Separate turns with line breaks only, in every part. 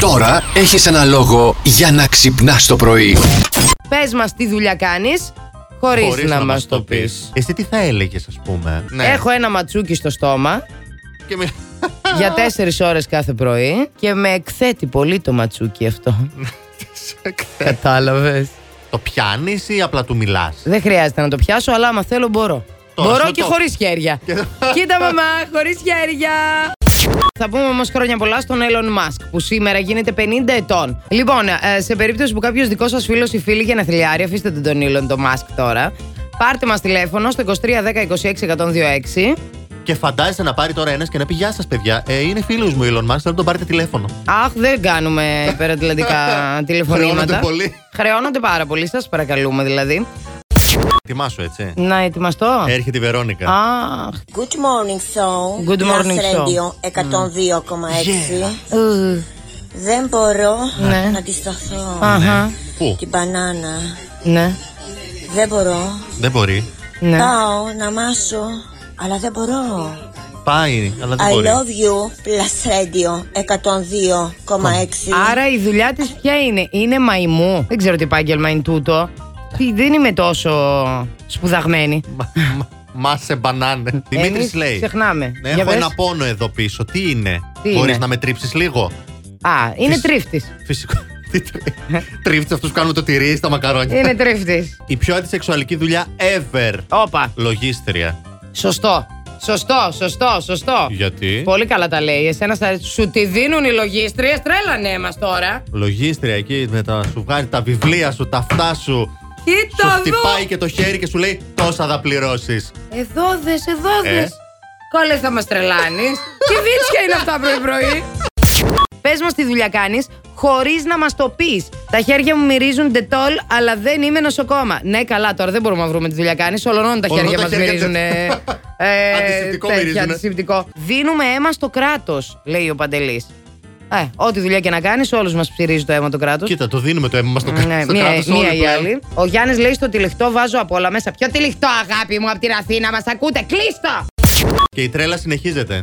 Τώρα έχεις ένα λόγο για να ξυπνάς το πρωί.
Πες μας τι δουλειά κάνεις χωρίς,
Χωρίς
να,
να
μας
μας
το
το
πεις.
πεις.
Εσύ τι θα έλεγες, ας πούμε.
Ναι.
Έχω ένα ματσούκι στο στόμα
Και μιλ-
για τέσσερις ώρες κάθε πρωί και με εκθέτει πολύ το ματσούκι αυτό. Κατάλαβες.
Το πιάνεις ή απλά του μιλάς.
Δεν χρειάζεται να το πιάσω, αλλά άμα θέλω μπορώ.
Τώρα,
μπορώ
στο
και
το-
χωρίς χέρια. Κοίτα μαμά, χωρίς χέρια. Θα πούμε όμως χρόνια πολλά στον Elon Musk που σήμερα γίνεται 50 ετών. Λοιπόν, ε, σε περίπτωση που κάποιος δικός σας φίλος ή φίλη για να θυλιάρει, αφήστε τον τον Elon τον Musk τώρα. Πάρτε μας τηλέφωνο στο 2310261026.
Και φαντάζεσαι να πάρει τώρα ένας και να πει Γεια σας, παιδιά. Ε, είναι φίλος μου ο Elon Musk, δεν τον πάρετε τηλέφωνο.
Αχ, δεν κάνουμε υπερατλαντικά τηλεφωνήματα.
Χρεώνονται πολύ.
Χρεώνονται πάρα πολύ, σας παρακαλούμε δηλαδή.
Ετοιμάσου, έτσι.
Να ετοιμαστώ.
Έρχεται η Βερόνικα.
Αχ,
Good morning show.
Good morning Mm.
Last
show.
Radio 102,6. Δεν μπορώ
Ναι.
να τη σταθώ.
αχα,
Πού?
Την μπανάνα.
ναι,
Δεν μπορώ.
Δεν μπορεί.
ναι.
Πάω να μάσω, αλλά δεν μπορώ.
Πάει, αλλά δεν
I
μπορεί.
love you, Plus Radio 102,6.
Άρα η δουλειά της ποια είναι, Είναι μαϊμού. Δεν ξέρω τι επάγγελμα είναι τούτο. Τι, Δεν είμαι τόσο σπουδαγμένη.
Μα- μα- Μα σε μπανάνε. Δημήτρη
Εμείς
λέει.
ξεχνάμε.
Ναι,
Για
έχω
πες.
ένα πόνο εδώ πίσω. Τι είναι.
Τι είναι?
Μπορεί να με τρίψεις λίγο.
Α, είναι
Της-
τρίφτης.
Φυσικό. Τρίφτει αυτούς που κάνουν το τυρί στα μακαρόνια.
Είναι τρίφτης.
Η πιο αντισεξουαλική δουλειά ever.
Όπα.
Λογίστρια.
Σωστό. Σωστό, σωστό, σωστό.
Γιατί.
Πολύ καλά τα λέει. Εσένα στα- σου τη δίνουν οι λογίστριες. Τρέλανε μας τώρα.
Λογίστρια εκεί με τα, σου βγάζει τα βιβλία σου, τα αυτά σου. Σου
Κοίτα
χτυπάει
εδώ.
και το χέρι και σου λέει τόσα θα πληρώσεις.
Εδώ δες, εδώ
Ε.
δες. Καλέ θα μας τρελάνεις. Τι βίτσια είναι αυτά πρωί-πρωί. Πες μας τι δουλειά κάνεις, χωρίς να μας το πεις. Τα χέρια μου μυρίζουν ντετόλ, αλλά δεν είμαι νοσοκόμα. Ναι, καλά, τώρα δεν μπορούμε να βρούμε τι δουλειά κάνεις. Ολονών τα
Ολονών
χέρια μα
τα χέρια
μυρίζουν. Ε, ε,
Αντισηπτικό
τέτοια,
μυρίζουνε.
αντισηπτικό. Δίνουμε αίμα στο κράτος, λέει ο Παντελής. Ε, ό,τι δουλειά και να κάνεις, όλους μας ψυρίζει το αίμα το κράτο.
Κοίτα, το δίνουμε το αίμα μας στο
Ναι,
κράτος.
μία, μία ή άλλη. Ο Γιάννης λέει στο τυλιχτό βάζω από όλα μέσα. Ποιο τυλιχτό, αγάπη μου, από την Αθήνα μας ακούτε. Κλείστο!
Και η τρέλα συνεχίζεται.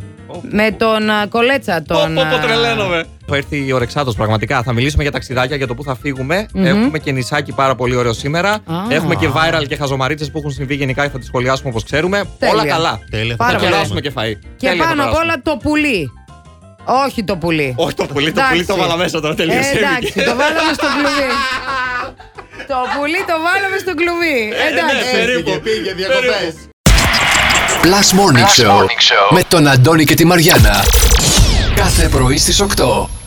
Με τον α, Κολέτσα τον.
Πω, πω, πω,
α,
τρελαίνομαι.
Θα έρθει ο Ρεξάδο πραγματικά. Θα μιλήσουμε για ταξιδάκια, για το που θα φυγουμε Έχουμε και νησάκι πάρα πολύ ωραίο σήμερα. Έχουμε και viral και χαζομαρίτσες που έχουν συμβεί γενικά και θα τις σχολιάσουμε όπως ξέρουμε.
Τέλεια.
Όλα καλά.
Τέλεια,
Πάρα
θα
πολύ.
κεράσουμε και φαΐ.
Και
Τέλεια θα
πάνω απ'
περάσουμε.
όλα το πουλί. Όχι το πουλί.
Όχι το πουλί, το
Εντάξει.
πουλί το βάλα μέσα τώρα τελείωσε.
Ε, εντάξει,
Έβγαινε.
το βάλαμε στο κλουβί. το πουλί το βάλαμε στο κλουβί.
Ε,
ναι,
Εντάξει.
περίπου.
Έφυγε, πήγε διακοπές.
Plus Morning, Show, με τον Αντώνη και τη Μαριάνα. Κάθε πρωί στις 8.